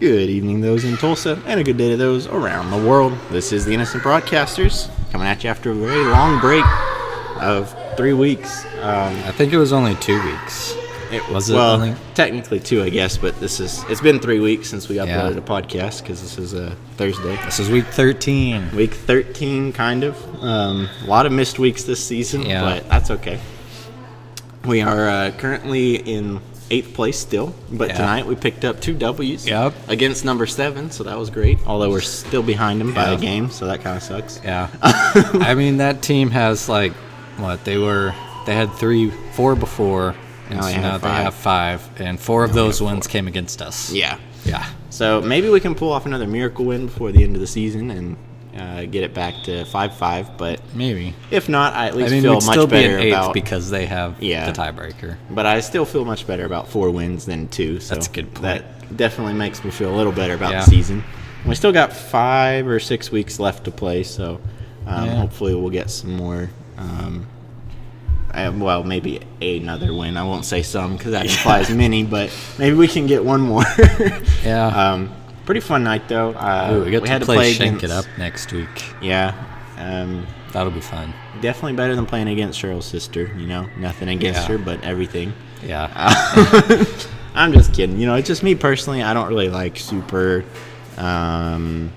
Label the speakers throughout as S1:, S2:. S1: Good evening, those in Tulsa, and a good day to those around the world. This is the Innocent Broadcasters coming at you after a very long break of three weeks. Um,
S2: I think it was only two weeks.
S1: it
S2: Was it
S1: well,
S2: only-
S1: technically two, I guess, but this is it's been three weeks since we
S2: Yeah.
S1: uploaded a podcast because this is a Thursday,
S2: This is week 13.
S1: week thirteen, kind of. Um, a lot of missed weeks this season,
S2: Yeah.
S1: but that's okay. We are uh, currently in eighth place still, but
S2: Yeah.
S1: tonight we picked up two W's
S2: Yep.
S1: against number seven, so that was great. Although we're still behind them by a
S2: Yeah.
S1: game, so that kind of sucks.
S2: Yeah. I mean, that team has like, what, they were, they had three, four before, and
S1: Now
S2: so
S1: they have
S2: now they
S1: five.
S2: have five, and four of those wins came against us.
S1: Yeah.
S2: Yeah.
S1: So maybe we can pull off another miracle win before the end of the season and uh, get it back to five-five. But
S2: Maybe.
S1: if not, I at least
S2: I mean,
S1: feel
S2: we'd
S1: much
S2: still be
S1: better
S2: in eighth
S1: about.
S2: because they have
S1: Yeah.
S2: the tiebreaker.
S1: but I still feel much better about four wins than two. So
S2: That's a good point.
S1: That definitely makes me feel a little better about
S2: Yeah.
S1: the season. We still got five or six weeks left to play, so um,
S2: Yeah.
S1: hopefully we'll get some more. Um, I, well, maybe another win. I won't say some because that implies many, but maybe we can get one more.
S2: Yeah.
S1: Um, pretty fun night though. Uh,
S2: Ooh, we got
S1: had
S2: to play Shake
S1: against,
S2: It Up next week.
S1: Yeah. Um,
S2: That'll be fun.
S1: definitely better than playing against Cheryl's sister. You know, nothing against
S2: Yeah.
S1: her, but everything.
S2: Yeah.
S1: Uh, I'm just kidding. You know, it's just me personally. I don't really like super. Um,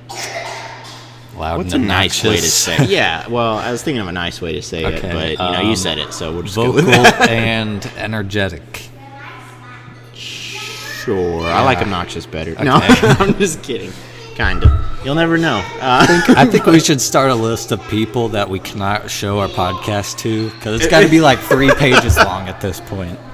S2: Loud
S1: what's a
S2: and
S1: nice way to
S2: obnoxious.
S1: say? Yeah. Well, I was thinking of a nice way to say
S2: Okay,
S1: it, but you know, you
S2: um,
S1: said it, so we'll just go with
S2: Vocal
S1: that.
S2: and energetic.
S1: Sure. I like obnoxious better. No,
S2: Okay.
S1: I'm just kidding. Kind of. You'll never know. Uh,
S2: I think we should start a list of people that we cannot show our podcast to because it's got to be like three pages long at this point.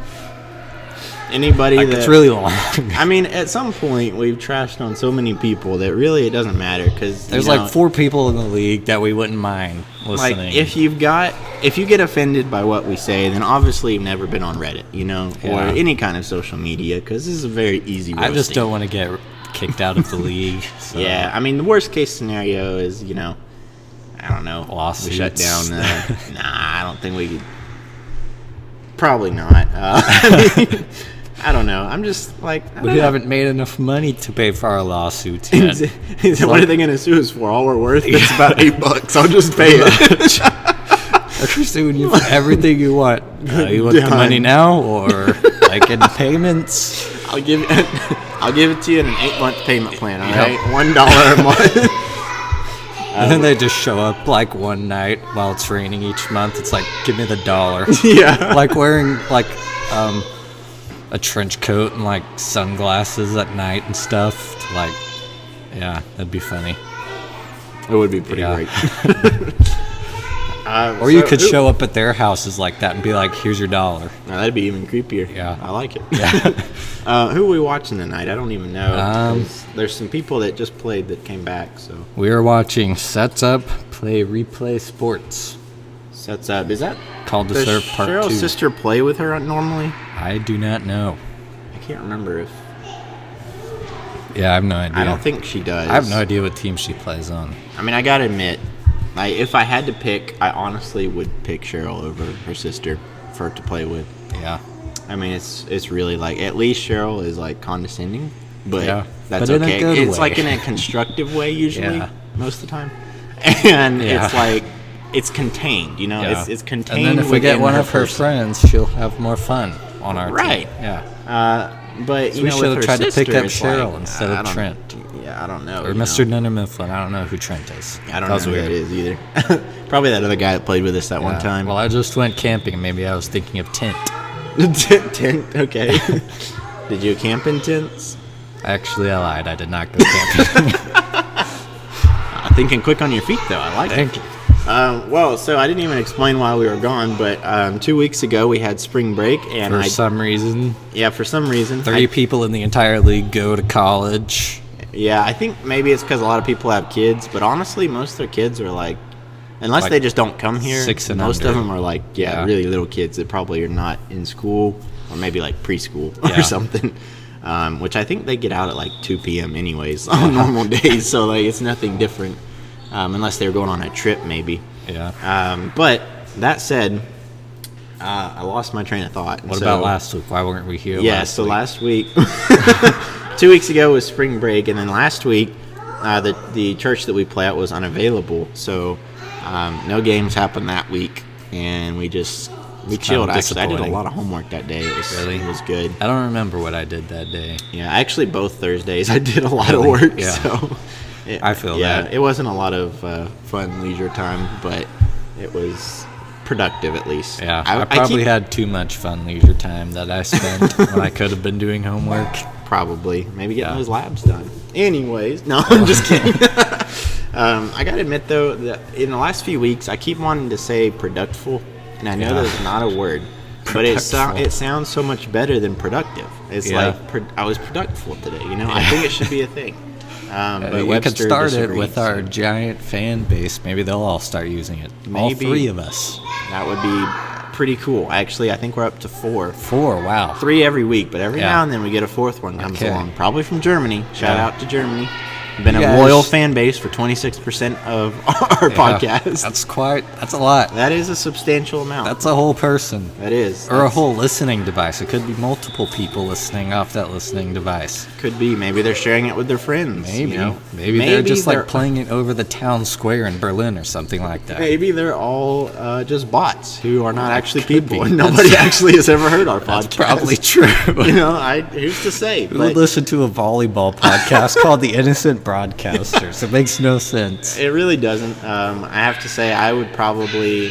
S1: anybody
S2: Like,
S1: that
S2: it's really long.
S1: I mean, at some point, we've trashed on so many people that really it doesn't matter because
S2: There's like four people in the league that we wouldn't mind listening.
S1: Like if you've got if you get offended by what we say, then obviously you've never been on Reddit, you know, or
S2: Yeah.
S1: any kind of social media because this is a very easy.
S2: I
S1: Roasting.
S2: just don't want to get kicked out of the league. So.
S1: Yeah, I mean, the worst case scenario is you know, I don't know, we shut
S2: Lawsuits.
S1: down. Uh, nah, I don't think we could. Probably not. Uh, I, mean, I don't know. I'm just like I
S2: We
S1: don't know.
S2: haven't made enough money to pay for our lawsuits yet.
S1: Is it- is it- what are they going to sue us for? All we're worth? It's about eight bucks. I'll just pay it.
S2: They're suing you for everything you want. Uh, you want the money
S1: Done.
S2: now or like in payments?
S1: I'll give it. I'll give it to you in an eight month payment plan. All
S2: Yep.
S1: right, one dollar a month.
S2: And then they just show up like one night while it's raining each month. It's like, give me the dollar.
S1: yeah.
S2: like wearing like um a trench coat and like sunglasses at night and stuff. to, Like, yeah, that'd be funny.
S1: It would be pretty
S2: Yeah. Uh,
S1: great.
S2: Or you could show up at their houses like that and be like, "Here's your dollar."
S1: No, that'd be even creepier.
S2: Yeah.
S1: I like it. Yeah. uh, who are we watching tonight? I don't even know.
S2: Um,
S1: 'cause there's some people that just played that came back. So
S2: We are watching Sets Up Play Replay Sports
S1: sets up. Is that
S2: called the
S1: does
S2: Serve Part
S1: Cheryl's
S2: Two.
S1: sister play with her normally?
S2: I do not know.
S1: I can't remember if.
S2: Yeah, I have no idea.
S1: I don't think she does.
S2: I have no idea what team she plays on.
S1: I mean, I gotta admit, like if I had to pick, I honestly would pick Cheryl over her sister for her to play with.
S2: Yeah.
S1: I mean, it's it's really like at least Cheryl is like condescending, but
S2: Yeah.
S1: that's
S2: But in a
S1: okay.
S2: good
S1: it's
S2: way.
S1: like in a constructive way usually,
S2: Yeah.
S1: most of the time, and
S2: Yeah.
S1: it's like it's contained. You know,
S2: yeah.
S1: Uh, it's it's contained.
S2: And then if we get
S1: within
S2: one of her
S1: person.
S2: friends, she'll have more fun on our
S1: Right.
S2: team. Yeah.
S1: uh, but you
S2: we
S1: know,
S2: should
S1: with
S2: have
S1: her
S2: tried to pick
S1: sister,
S2: up
S1: it's
S2: Cheryl
S1: like,
S2: instead
S1: I
S2: of
S1: don't-
S2: Trent.
S1: Yeah, I don't know.
S2: Or
S1: you
S2: Mr.
S1: know.
S2: Nenner Mifflin. I don't know who Trent is.
S1: I don't
S2: that was
S1: know
S2: weird.
S1: who that is either. Probably that other guy that played with us that one
S2: Yeah.
S1: time.
S2: Well, I just went camping. and Maybe I was thinking of tent.
S1: tent, tent, okay. Did you camp in tents?
S2: Actually, I lied. I did not go camping.
S1: I'm thinking quick on your feet though. I like it.
S2: Thank you.
S1: Um, well, so I didn't even explain why we were gone, but um, two weeks ago we had spring break, and
S2: For
S1: I,
S2: some reason,
S1: yeah, for some reason,
S2: three
S1: I-
S2: people in the entire league go to college.
S1: yeah, I think maybe it's because a lot of people have kids, but honestly, most of their kids are like, unless
S2: Like
S1: they just don't come here,
S2: six and
S1: most of
S2: under.
S1: them are like, yeah,
S2: Yeah.
S1: really little kids that probably are not in school or maybe like preschool
S2: Yeah.
S1: or something. Um, which I think they get out at like 2 p.m. anyways on normal days, so like it's nothing different, um, unless they're going on a trip maybe.
S2: Yeah.
S1: Um, but that said, uh, I lost my train of thought.
S2: What about last week? Why weren't we here?
S1: Yeah,
S2: last
S1: so
S2: week?
S1: last week two weeks ago was spring break, and then last week, uh, the the church that we play at was unavailable, so um, no games happened that week, and we just we
S2: It's
S1: chilled.
S2: kinda
S1: Actually, I did a
S2: disappointing.
S1: lot of homework that day. It was
S2: Really? Uh,
S1: it was good.
S2: I don't remember what I did that day.
S1: Yeah, actually, both Thursdays I did a lot of
S2: Really?
S1: work.
S2: Yeah.
S1: So it-
S2: I feel
S1: yeah,
S2: that.
S1: it wasn't a lot of uh, fun leisure time, but it was productive at least.
S2: Yeah, I, probably
S1: keep-
S2: had too much fun leisure time that I spent when I could have been doing homework.
S1: Probably. Maybe getting
S2: Yeah.
S1: those labs done. Anyways, no, I'm just kidding. um, I gotta admit though, that in the last few weeks, I keep wanting to say productful, and I know
S2: Yeah.
S1: that's not a word, but it so-
S2: Productful.
S1: it sounds so much better than productive. It's
S2: Yeah.
S1: like pro- I was productful today. You know, I think it should be a thing. Um, but
S2: But we could
S1: Webster
S2: Uh, start it
S1: disagrees,
S2: with
S1: so
S2: our giant fan base. Maybe they'll all start using it. All
S1: Maybe.
S2: three of us.
S1: That would be pretty cool. Actually, I think we're up to four.
S2: Four. Wow.
S1: three every week, but every
S2: Yeah.
S1: now and then we get a fourth one comes
S2: Okay.
S1: along, probably from Germany. Shout
S2: Yeah.
S1: out to Germany. Been
S2: You
S1: a
S2: guys-
S1: loyal fan base for 26% of our
S2: Yeah,
S1: podcast.
S2: That's quite. That's a lot.
S1: That is a substantial amount.
S2: That's a whole person.
S1: that is.
S2: Or a
S1: That's-
S2: whole listening device. It could be multiple people listening off that listening device.
S1: Could be. Maybe they're sharing it with their friends. you
S2: Maybe.
S1: know?
S2: maybe, they're just
S1: they're-
S2: like playing it over the town square in Berlin or something like that.
S1: Maybe they're all uh, just bots who are not actually
S2: could
S1: people.
S2: be.
S1: and Nobody
S2: That's-
S1: actually has ever heard our
S2: That's
S1: podcast.
S2: probably true.
S1: You know, I who's to say?
S2: Who
S1: but-
S2: would listen to a volleyball podcast called The Innocent Broadcasters? It makes no sense.
S1: It really doesn't. Um, I have to say, I would probably.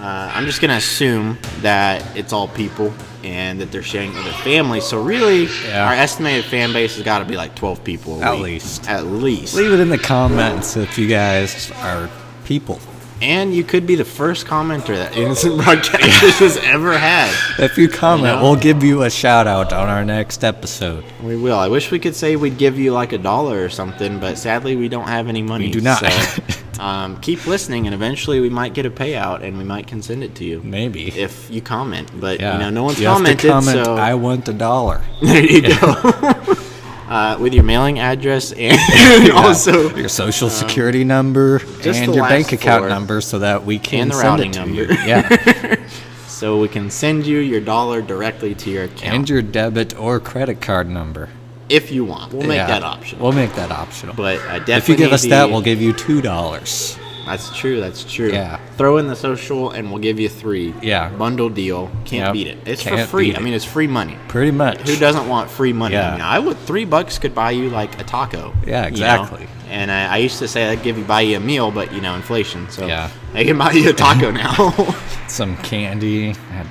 S1: Uh, I'm just gonna assume that it's all people and that they're sharing with their family. So really,
S2: Yeah.
S1: our estimated fan base has got to be like 12 people. a
S2: At
S1: week.
S2: least.
S1: At least.
S2: Leave it in the comments if you guys are people.
S1: And you could be the first commenter that Innocent Broadcasters has ever had.
S2: If you comment,
S1: You know?
S2: we'll give you a shout out on our next episode.
S1: We will. I wish we could say we'd give you like a dollar or something, but sadly we don't have any money.
S2: We do not.
S1: So, um, keep listening, and eventually we might get a payout, and we might can send it to you.
S2: Maybe.
S1: if you comment. But
S2: yeah.
S1: you know, no one's
S2: You have to
S1: commented,
S2: comment,
S1: so
S2: I want a dollar.
S1: there you go. uh, with your mailing address and also
S2: your social security number
S1: Oh, just
S2: and
S1: the
S2: your
S1: last
S2: bank account
S1: four.
S2: number so that we can
S1: And the
S2: send
S1: routing
S2: it to
S1: number.
S2: you. Yeah.
S1: so we can send you your dollar directly to your account
S2: and your debit or credit card number.
S1: if you want. We'll make
S2: Yeah.
S1: that optional.
S2: We'll make that optional.
S1: but uh, definitely
S2: if you give us
S1: the-
S2: that, we'll give you two dollars.
S1: That's true. That's true.
S2: Yeah.
S1: Throw in the social, and we'll give you three.
S2: Yeah.
S1: Bundle deal. Can't
S2: Yep.
S1: beat it. It's for
S2: Can't
S1: free.
S2: beat
S1: I
S2: it.
S1: mean, it's free money.
S2: Pretty much.
S1: Who doesn't want free money?
S2: Yeah.
S1: Now, I would three bucks could buy you like a taco.
S2: Yeah,
S1: you know?
S2: exactly.
S1: And I, I used to say I'd give you buy you a meal, but you know inflation, so
S2: Yeah.
S1: I can buy you a taco now.
S2: Some candy at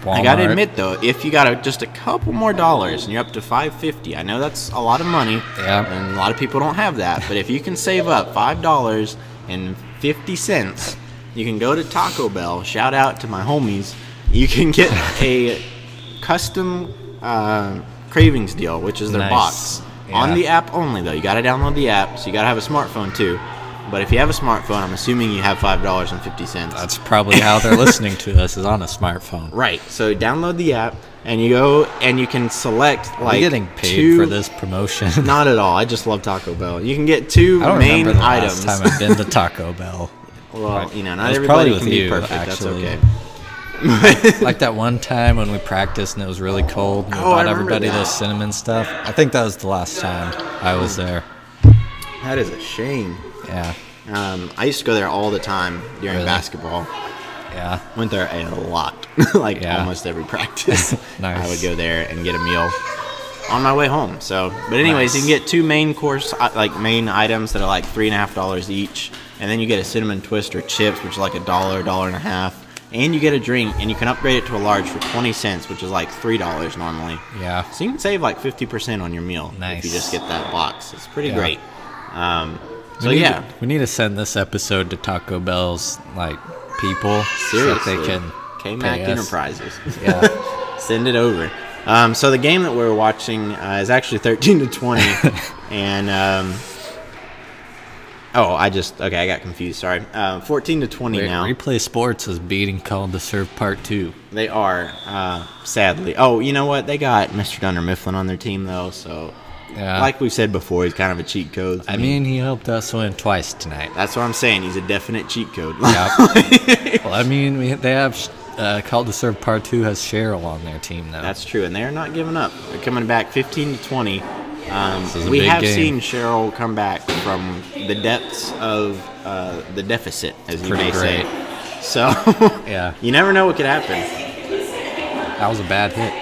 S2: Walmart.
S1: I gotta admit though, if you got a, just a couple more dollars and you're up to five fifty, I know that's a lot of money.
S2: Yeah.
S1: And a lot of people don't have that, but if you can save up five dollars and fifty cents, you can go to Taco Bell. Shout out to my homies. You can get a custom uh, cravings deal, which is their
S2: Nice.
S1: box on
S2: Yeah.
S1: the app only though. You gotta download the app, so you gotta have a smartphone too. But if you have a smartphone, I'm assuming you have five dollars and fifty cents.
S2: That's probably how they're listening to this is on a smartphone.
S1: Right. So download the app and you go and you can select like
S2: We're getting paid
S1: two-
S2: for this promotion.
S1: Not at all. I just love Taco Bell. You can get two
S2: I don't
S1: main
S2: remember the
S1: items.
S2: last time I've been to Taco Bell.
S1: well, you know,
S2: It
S1: not
S2: was
S1: everybody
S2: probably with
S1: can be
S2: you,
S1: perfect.
S2: actually.
S1: That's okay.
S2: Like that one time when we practiced and it was really cold and we
S1: Oh, I
S2: bought
S1: remember
S2: everybody
S1: that.
S2: those cinnamon stuff. I think that was the last time I was there.
S1: That is a shame.
S2: Yeah.
S1: Um, I used to go there all the time during
S2: Really?
S1: basketball.
S2: Yeah.
S1: Went there a lot, like
S2: Yeah.
S1: almost every practice.
S2: Nice.
S1: I would go there and get a meal on my way home. So, but anyways, you can
S2: Nice.
S1: get two main course uh, like main items that are like three and a half dollars each, and then you get a cinnamon twist or chips, which is like a dollar, dollar and a half, and you get a drink, and you can upgrade it to a large for twenty cents, which is like three dollars normally.
S2: Yeah.
S1: So you can save like fifty percent on your meal if you
S2: Nice.
S1: just get that box. It's pretty
S2: Yeah.
S1: great. Um, so
S2: We need
S1: yeah,
S2: to- we need to send this episode to Taco Bell's like people so
S1: seriously,
S2: that they can
S1: K-Mac
S2: pay us.
S1: Enterprises.
S2: Yeah.
S1: Send it over. Um, so the game that we're watching uh, is actually 13 to 20, and um, oh, I just okay, I got confused. Sorry, uh, 14 to 20 now.
S2: Replay Sports is beating Call to Serve Part Two.
S1: They are uh, sadly. Oh, you know what? They got Mr. Dunder Mifflin on their team though, so
S2: Yeah.
S1: like we've said before, he's kind of a cheat code.
S2: I mean, he helped us win twice tonight.
S1: that's what I'm saying. He's a definite cheat code.
S2: Well, I mean, we, they have uh, Call to Serve Part Two has Cheryl on their team now.
S1: That's true, and they're not giving up. They're coming back 15 to 20, Um,
S2: This is a
S1: we
S2: big
S1: have seen
S2: game.
S1: Cheryl come back from the depths of uh, the deficit, as you
S2: Pretty
S1: may
S2: great.
S1: say. So,
S2: Yeah.
S1: you never know what could happen.
S2: That was a bad hit.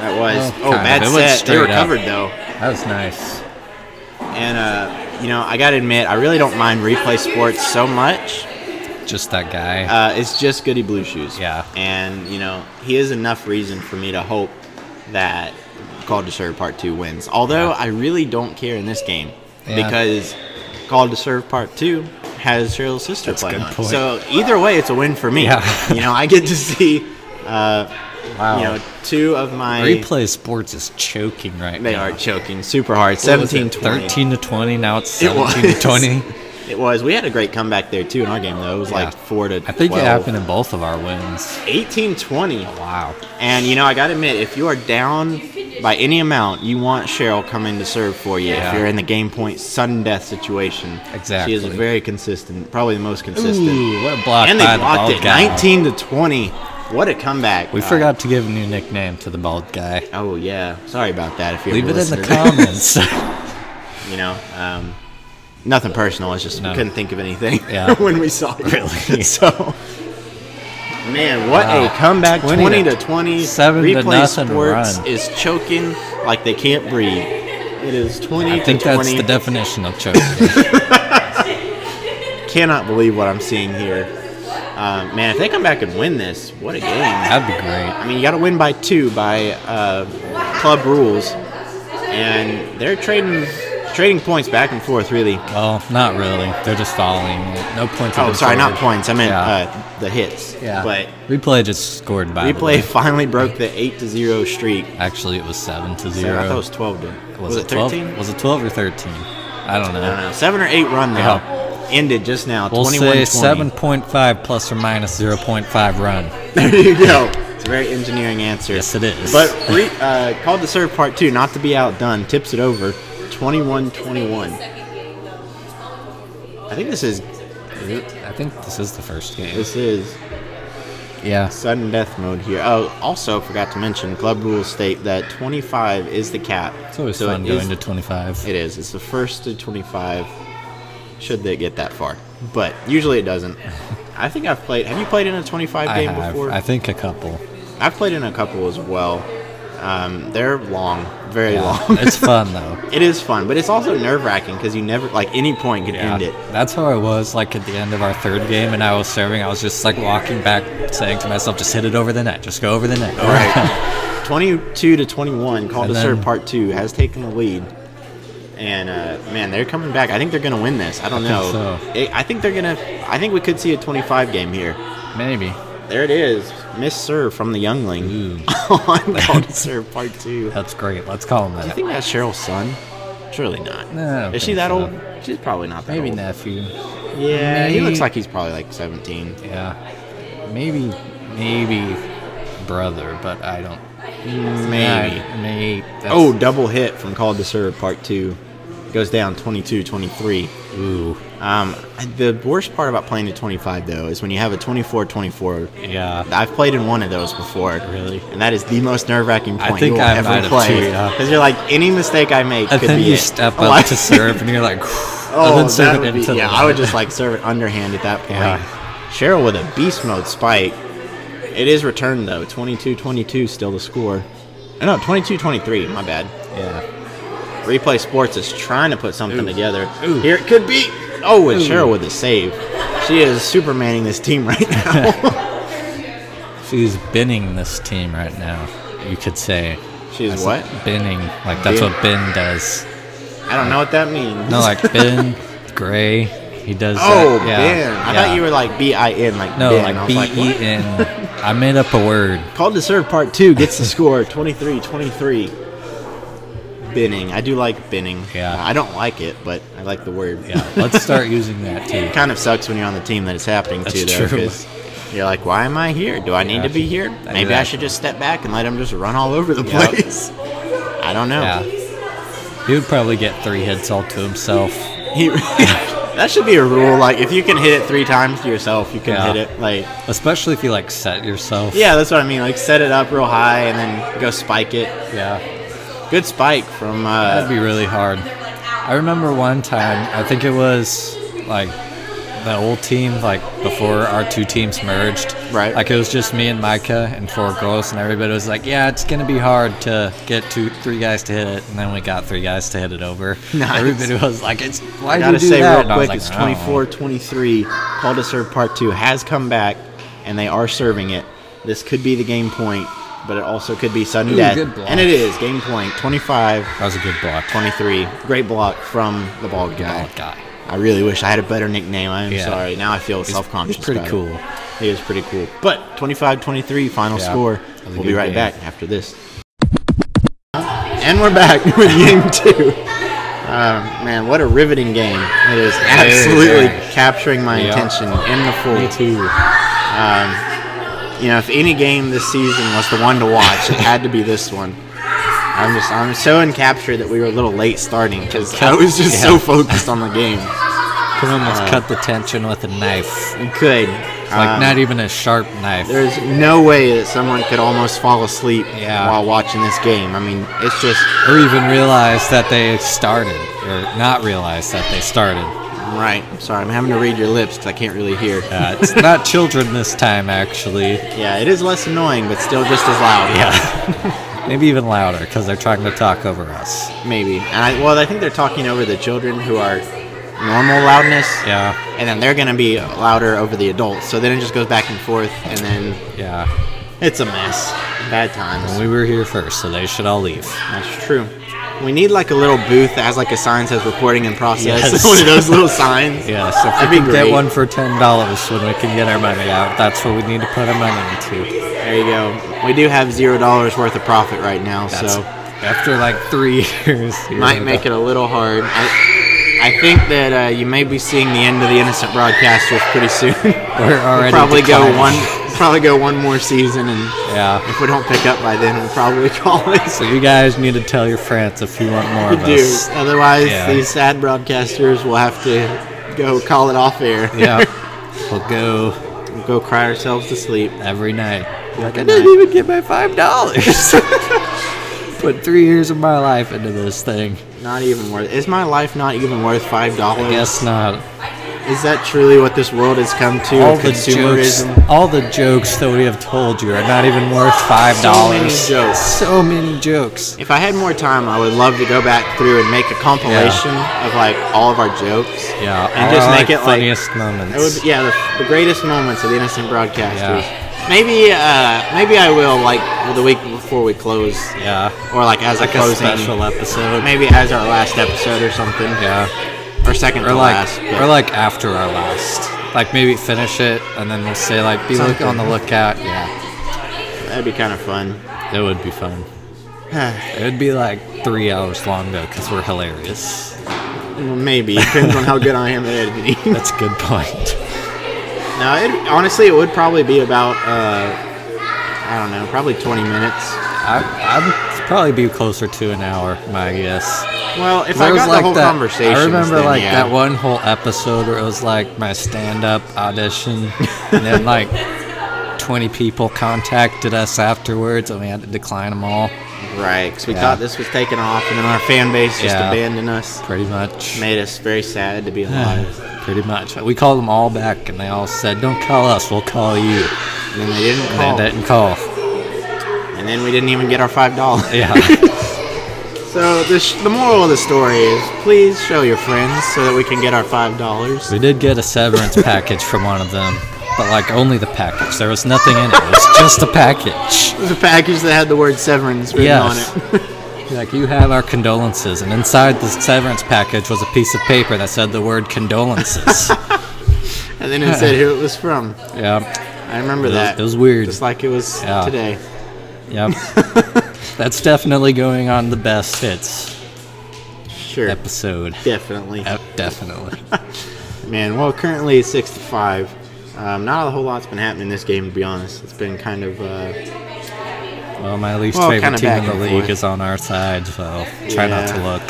S1: That was
S2: Well,
S1: oh,
S2: kind
S1: bad
S2: of. It went
S1: set. They
S2: straight up.
S1: recovered though,
S2: That was nice.
S1: and uh, you know I gotta admit I really don't mind replay sports so much.
S2: Just that guy.
S1: Uh, it's just Goody Blue Shoes.
S2: Yeah.
S1: and you know he is enough reason for me to hope that Call to Serve Part Two wins. Although I really don't care in this game
S2: Yeah.
S1: because Call to Serve Part Two has Cheryl's sister
S2: That's a
S1: playing
S2: good
S1: on. it.
S2: point.
S1: So either way, it's a win for me.
S2: Yeah.
S1: you know I get to see. Uh,
S2: wow.
S1: You know, two of my
S2: Replay sports is choking right
S1: They
S2: now.
S1: are choking super hard.
S2: What was it,
S1: 17 20.
S2: 13 to 20. Now it's
S1: It
S2: 17 to
S1: was.
S2: 20.
S1: It was. We had a great comeback there, too, in our game, though. It was like
S2: Yeah.
S1: 4 to
S2: I think
S1: 12.
S2: it happened in both of our wins.
S1: 18 20.
S2: Wow.
S1: And, you know, I got to admit, if you are down by any amount, you want Cheryl coming to serve for you
S2: Yeah.
S1: if you're in the game point sudden death situation. She
S2: Exactly.
S1: is very consistent, probably the most consistent.
S2: Ooh, what a block
S1: and they
S2: by the
S1: blocked
S2: bald
S1: it
S2: guy.
S1: 19 to 20. What a comeback.
S2: We
S1: Uh,
S2: forgot to give a new nickname to the bald guy.
S1: Oh, yeah. Sorry about that if you're
S2: Leave it in the
S1: comments.
S2: comments.
S1: you know um, nothing personal it's just
S2: No.
S1: we couldn't think of anything
S2: Yeah.
S1: when we saw it
S2: Really?
S1: so man what
S2: Wow.
S1: a comeback 20,
S2: 20
S1: to
S2: to
S1: 20
S2: seven to
S1: replay
S2: nothing
S1: sports
S2: run.
S1: is choking like they can't breathe it is 20
S2: I think
S1: to 20
S2: that's the definition of choking.
S1: cannot believe what i'm seeing here um, man if they come back and win this what a game
S2: That'd be great.
S1: i mean you gotta win by two by uh, club rules and they're trading trading points back and forth really
S2: Well, not really. They're just following. it. No points.
S1: Oh,
S2: have been
S1: sorry, not
S2: scored.
S1: points. I meant
S2: Yeah.
S1: uh, the hits.
S2: Yeah.
S1: But
S2: replay just scored by. the
S1: replay
S2: way.
S1: finally broke the eight to zero streak.
S2: Actually, it was seven to
S1: So
S2: zero.
S1: I thought it was twelve. To,
S2: Was it twelve?
S1: thirteen? Uh,
S2: Was it twelve or thirteen? I don't know.
S1: I don't know. Seven or eight run now. Ended just now.
S2: We'll
S1: 21-20.
S2: say seven point five plus or minus zero point five run.
S1: There you go. It's a very engineering answer.
S2: Yes, it is.
S1: But re- uh, called the serve part two, not to be outdone. Tips it over, 21-21. I think this is
S2: I think this is the first game.
S1: this is
S2: Yeah.
S1: sudden death mode here. Oh, also forgot to mention, club rules state that 25 is the cap.
S2: It's always
S1: So
S2: fun
S1: it
S2: going
S1: is
S2: to twenty five.
S1: It is. It's the first to 25. Should they get that far? But usually it doesn't. I think I've played. Have you played in a 25
S2: I
S1: game
S2: have.
S1: before?
S2: I think a couple.
S1: I've played in a couple as well. Um, they're long, very
S2: Yeah.
S1: long.
S2: it's fun though.
S1: it is fun, but it's also nerve wracking because you never like any point could end it.
S2: That's how I was like at the end of our third game, and I was serving. I was just like walking back, saying to myself, "Just hit it over the net. Just go over the net." All
S1: right. 22 to 21, Call to
S2: And
S1: Serve
S2: then-
S1: Part 2 has taken the lead. And uh, man, they're coming back. I think they're going to win this. I don't
S2: I think
S1: know. It- I think they're going to. I think we could see a 25 game here.
S2: Maybe.
S1: There it is. Miss Serve from the Youngling.
S2: Ooh,
S1: on Call to Serve Part 2.
S2: that's great. Let's call him
S1: I
S2: that.
S1: think that's Cheryl's son. Surely not.
S2: No, I don't
S1: is she
S2: think
S1: that
S2: so.
S1: old? She's probably not that
S2: Maybe
S1: old.
S2: nephew.
S1: Yeah, he
S2: Maybe-
S1: looks like he's probably like 17.
S2: Yeah. Maybe, maybe brother, but I don't.
S1: Maybe.
S2: I- may- that's-
S1: Oh, double hit from Call to Serve Part 2. Goes down 22 23.
S2: Ooh.
S1: Um, the worst part about playing a 25 though is when you have a 24 24.
S2: Yeah.
S1: I've played in one of those before.
S2: Really?
S1: And that is the most nerve wracking
S2: I
S1: point
S2: think
S1: you will
S2: I
S1: ever
S2: might have
S1: play.
S2: too, yeah.
S1: Because you're like, any mistake I make
S2: And
S1: could
S2: then
S1: be
S2: you
S1: it.
S2: step up
S1: Like-
S2: to serve, and you're like, oh,
S1: oh,
S2: and then serve
S1: that
S2: it
S1: would be,
S2: into
S1: yeah,
S2: the
S1: I would just like serve it underhand at that point.
S2: Yeah.
S1: Cheryl with a beast mode spike. It is returned though. 22 22 still the score. Oh, no, 22 23. My bad.
S2: Yeah.
S1: Replay Sports is trying to put something together.
S2: Ooh.
S1: Here it could be. Oh, and
S2: Ooh.
S1: Cheryl with a save. She is supermaning this team right now.
S2: She's binning this team right now. You could say.
S1: She's
S2: That's
S1: what?
S2: Binning. Like that's
S1: Bin-
S2: what Ben does.
S1: I don't know what that means.
S2: No, like Ben Gray. He does.
S1: oh,
S2: that. Yeah,
S1: Ben. I
S2: yeah.
S1: thought you were like B I N, like
S2: No,
S1: Ben. I
S2: like
S1: was
S2: B
S1: like,
S2: E
S1: what?
S2: N. I made up a word.
S1: Called to serve part two gets the score 23 23. Binning. I do like binning.
S2: Yeah.
S1: I don't like it, but I like the word.
S2: Yeah, let's start using that too.
S1: It kind of sucks when you're on the team that it's happening
S2: That's
S1: to, though,
S2: true.
S1: because you're like, why am I here? Do I need
S2: Yeah.
S1: to be here? Maybe I should
S2: Exactly.
S1: just step back and let him just run all over the
S2: Yep.
S1: place. I don't know.
S2: Yeah. He would probably get three hits all to himself.
S1: He, that should be a rule. Like, if you can hit it three times to yourself, you can
S2: Yeah.
S1: hit it. Like,
S2: Especially if you like set yourself.
S1: yeah, that's what I mean. Like, set it up real high and then go spike it.
S2: Yeah.
S1: Good spike from uh,
S2: That'd be really hard. I remember one time, I think it was like the old team, like before our two teams merged.
S1: Right.
S2: Like it was just me and Micah and four girls, and everybody was like, "Yeah, it's gonna be hard to get two, three guys to hit it," and then we got three guys to hit it over.
S1: Nice.
S2: Everybody was like, "It's why
S1: I
S2: do
S1: gotta
S2: you do
S1: say
S2: that?"
S1: real quick, it's 24 23. Call to serve part two has come back, and they are serving it. This could be the game point, but it also could be sudden
S2: Ooh,
S1: death.
S2: good block.
S1: And it is game point 25
S2: That was a good block.
S1: 23. Great block from the bald guy.
S2: Bald guy.
S1: I really wish I had a better nickname. I am
S2: Yeah.
S1: sorry. Now I feel self conscious.
S2: he's pretty cool.
S1: He is pretty cool. But 25 23, final
S2: Yeah.
S1: score.
S2: That was a
S1: We'll be
S2: good
S1: right
S2: game.
S1: back after this. And we're back with game two. Uh, man, what a riveting game. It is absolutely
S2: nice.
S1: capturing my
S2: Yeah.
S1: attention in the full.
S2: Me too.
S1: You know, if any game this season was the one to watch, it had to be this one. I'm just, I'm so encaptured that we were a little late starting because I was just so
S2: Yeah.
S1: focused on the game.
S2: Could almost cut the tension with a knife.
S1: You could.
S2: Like
S1: Um,
S2: not even a sharp knife.
S1: There's no way that someone could almost fall asleep
S2: Yeah.
S1: while watching this game. I mean, it's just
S2: or even realize that they started, or not realize that they started.
S1: right. I'm sorry, I'm having to read your lips because I can't really hear.
S2: Uh, it's not children this time, actually.
S1: yeah, it is less annoying, but still just as loud.
S2: Yeah. Maybe even louder because they're trying to talk over us.
S1: maybe. And I, well, I think they're talking over the children who are normal loudness.
S2: Yeah,
S1: And then they're gonna be louder over the adults. So then it just goes back and forth, and then
S2: yeah.
S1: it's a mess. Bad times.
S2: We were here first, so they should all leave.
S1: That's true. We need like a little booth that has like a sign says recording in process.
S2: Yes.
S1: one of those little signs.
S2: Yeah, so if
S1: That'd
S2: we
S1: be
S2: can get
S1: great.
S2: one for ten dollars when we can get our money out, that's what we need to put our money into.
S1: There you go. We do have zero dollars worth of profit right now,
S2: That's
S1: so
S2: after like three years, you're
S1: might
S2: gonna
S1: make
S2: go-
S1: it a little hard. I, I think that uh, you may be seeing the end of the innocent broadcasters pretty soon.
S2: We're already
S1: probably
S2: declining.
S1: go one, probably go one more season, and
S2: Yeah.
S1: if we don't pick up by then, we'll probably call it.
S2: So you guys need to tell your friends if you want more
S1: We
S2: of
S1: do.
S2: us.
S1: Otherwise,
S2: Yeah.
S1: these sad broadcasters will have to go call it off air.
S2: Yeah, we'll go
S1: go cry ourselves to sleep.
S2: every night. Like I
S1: Good
S2: didn't
S1: night.
S2: even get my five dollars. Put three years of my life into this thing.
S1: Not even worth. Is my life not even worth five dollars?
S2: Guess not.
S1: Is that truly what this world has come to?
S2: all
S1: of
S2: the jokes,
S1: consumerism.
S2: all the jokes that we have told you are not even worth five dollars.
S1: So many jokes.
S2: So many jokes.
S1: If I had more time, I would love to go back through and make a compilation of like all of our jokes.
S2: Yeah,
S1: and
S2: all
S1: just
S2: our,
S1: make it like
S2: funniest moments.
S1: it would, yeah, the, the greatest moments of the innocent broadcasters.
S2: Yeah.
S1: Maybe, uh, maybe I will like the week before we close,
S2: yeah,
S1: or like as
S2: like
S1: a
S2: a
S1: closing,
S2: special episode.
S1: maybe as our last episode or something,
S2: Yeah,
S1: or second
S2: or
S1: to
S2: like,
S1: last. but-
S2: or like after our last. Like maybe finish it, and then we'll say like, be look
S1: Something.
S2: on the lookout. Yeah,
S1: that'd be kind of fun.
S2: that would be fun. It would be like three hours long though, because we're hilarious.
S1: maybe depends on how good I am at editing.
S2: That's a good point.
S1: No, it, honestly, it would probably be about uh, I don't know, probably 20 minutes.
S2: I, I'd probably be closer to an hour, my guess.
S1: Well, if I
S2: There was
S1: got the
S2: like
S1: whole
S2: that-
S1: conversation,
S2: I remember
S1: then,
S2: like
S1: yeah.
S2: that one whole episode where it was like my stand-up audition, and then like twenty people contacted us afterwards, and we had to decline them all,
S1: Right, 'cause we
S2: Yeah.
S1: thought this was taking off, and then our fan base just
S2: Yeah.
S1: abandoned us.
S2: pretty much.
S1: Made us very sad to be alive.
S2: Pretty much. We called them all back, and they all said, "Don't call us. We'll call you."
S1: and then they didn't
S2: And
S1: call.
S2: they didn't call.
S1: And then we didn't even get our five dollars.
S2: Yeah.
S1: so the sh- the moral of the story is, please show your friends so that we can get our five dollars.
S2: we did get a severance package from one of them, but like only the package. There was nothing in it. It was just a package.
S1: It was a package that had the word severance written
S2: Yes.
S1: on it.
S2: Like you have our condolences, and inside the severance package was a piece of paper that said the word condolences.
S1: And then it said who it was from.
S2: yeah,
S1: I remember
S2: It was-
S1: that.
S2: it was weird.
S1: Just like it was
S2: Yeah.
S1: today.
S2: yep. That's definitely going on the best hits
S1: Sure.
S2: episode.
S1: Definitely.
S2: Yep, definitely.
S1: Man, well, currently it's six to five. Um, not a whole lot's been happening in this game, to be honest. It's been kind of uh,
S2: Well, my least
S1: Well, kinda
S2: favorite team
S1: back
S2: in the
S1: and
S2: league
S1: forth.
S2: is on our side, so try not to
S1: Yeah.
S2: look.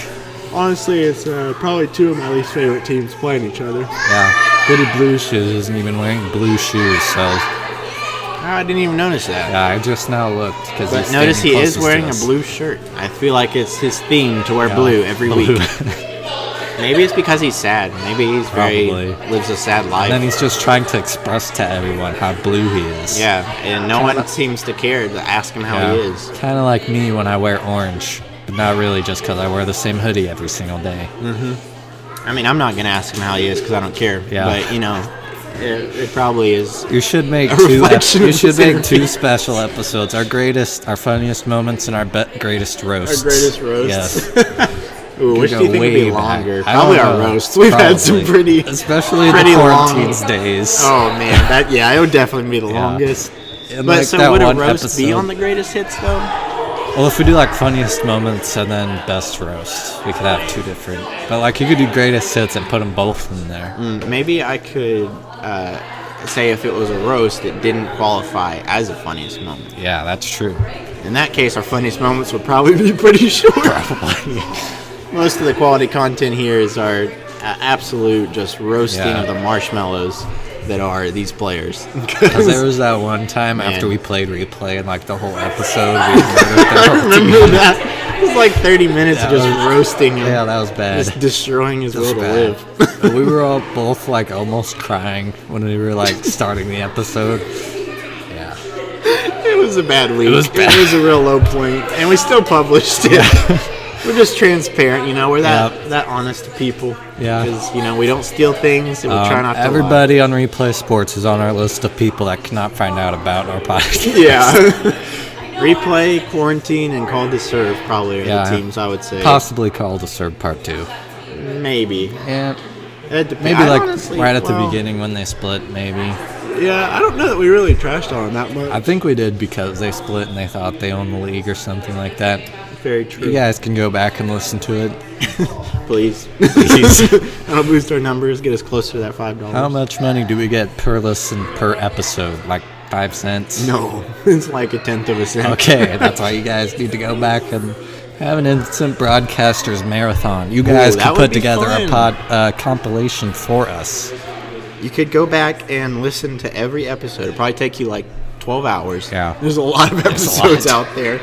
S1: honestly, it's uh, probably two of my least favorite teams playing each other.
S2: Yeah, Goody Blue Shoes isn't even wearing blue shoes, so
S1: I Ah, I didn't even notice that.
S2: Yeah, I just now looked because
S1: But notice he is wearing a blue shirt. I feel like it's his theme to wear blue every week. Maybe it's because he's sad. Maybe he's very
S2: Probably.
S1: lives a sad life.
S2: and then he's just trying to express to everyone how blue he is.
S1: yeah, and no one seems to care to ask him how he is.
S2: Kind of like me when I wear orange, but not really just because I wear the same hoodie every single day.
S1: I mean, I'm not gonna ask him how he is because I don't care.
S2: Yeah.
S1: But you know, it, it probably is.
S2: You should make
S1: A
S2: two. ep-
S1: reflection
S2: you
S1: of
S2: should make
S1: sincerity.
S2: two special episodes: our greatest, our funniest moments, and our be- greatest roasts.
S1: greatest roasts.
S2: Yes,
S1: Ooh, which
S2: go
S1: do you think would
S2: way
S1: be
S2: back.
S1: longer?
S2: I don't
S1: Probably our
S2: know.
S1: roasts. We've had some
S2: Probably.
S1: pretty,
S2: especially
S1: pretty
S2: the
S1: long-
S2: quarantine days.
S1: Oh man, that yeah, it would definitely be the longest.
S2: And,
S1: but
S2: like,
S1: so
S2: that
S1: would a
S2: one
S1: roast be
S2: episode-
S1: on the greatest hits though?
S2: Well, if we do like funniest moments and then best roast, we could have two different. But like you could do greatest hits and put them both in there.
S1: Mm, Maybe I could uh, say if it was a roast, it didn't qualify as a funniest moment.
S2: Yeah, that's true.
S1: In that case, our funniest moments would probably be pretty short. Probably. Most of the quality content here is our uh, absolute just roasting
S2: Yeah.
S1: of the marshmallows that are these players.
S2: Because there was that one time after we played replay and like the whole episode. We murdered them.
S1: Remember that? It was like 30 minutes of
S2: That
S1: just
S2: was-
S1: roasting him.
S2: yeah, that was bad.
S1: Just destroying his will to
S2: Bad.
S1: live.
S2: But we were all both like almost crying when we were like starting the episode. Yeah.
S1: It was a bad week. It
S2: was bad.
S1: a real low point, and we still published it. we're just transparent, you know. We're that
S2: Yep.
S1: that honest to people.
S2: Yeah.
S1: Because you know we don't steal things, and we try
S2: Um,
S1: not to. lie.
S2: everybody on Replay Sports is on our list of people that cannot find out about our podcast.
S1: Yeah. Replay, quarantine, and call to serve probably are
S2: Yeah.
S1: the teams I would say.
S2: Possibly called the Serb Part 2.
S1: maybe.
S2: Yeah.
S1: It dep-
S2: Maybe
S1: I
S2: like
S1: honestly-
S2: right at the
S1: well,
S2: beginning when they split, maybe.
S1: Yeah, I don't know that we really trashed on that much.
S2: I think we did because they split and they thought they owned the league or something like that.
S1: Very true.
S2: You guys can go back and listen to it.
S1: Please. Please. That'll boost our numbers, get us closer to that five dollars.
S2: How much money do we get per listen per episode? Like five cents?
S1: No. It's like a tenth of a cent.
S2: Okay, that's why you guys need to go back and have an instant broadcasters marathon. You guys
S1: that
S2: can
S1: would
S2: put
S1: be
S2: together
S1: fun.
S2: a pod uh, compilation for us.
S1: You could go back and listen to every episode. It'd probably take you like 12 hours.
S2: Yeah.
S1: There's a lot of
S2: a lot.
S1: episodes out there.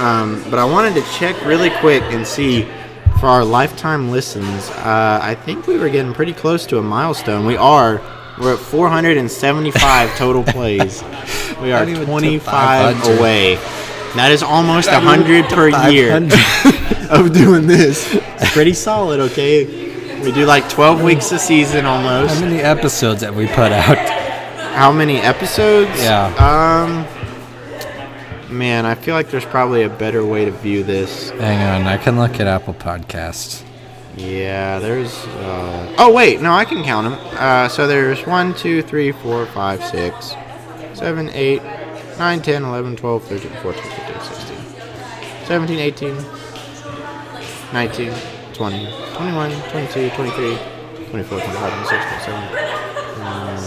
S1: Um, but I wanted to check really quick and see for our lifetime listens. Uh, I think we were getting pretty close to a milestone. We are. We're at 475 total plays. We are
S2: Not even to
S1: 25
S2: 500.
S1: away. That is almost 100 per year
S2: 500.
S1: of doing this. It's pretty solid, okay? We do like 12 weeks a season almost.
S2: How many episodes have we put out?
S1: How many episodes?
S2: Yeah.
S1: Um. Man, I feel like there's probably a better way to view this.
S2: Hang on, I can look at Apple Podcasts.
S1: Yeah, there's. Uh, oh wait, no, I can count them. Uh, so there's one, two, three, four, five, six, seven, eight, nine, 10, 11, 12, 13, 14, 15, 16, 17, 18, 19, 20, 21, 22, 23, 24, 25, 26, 27,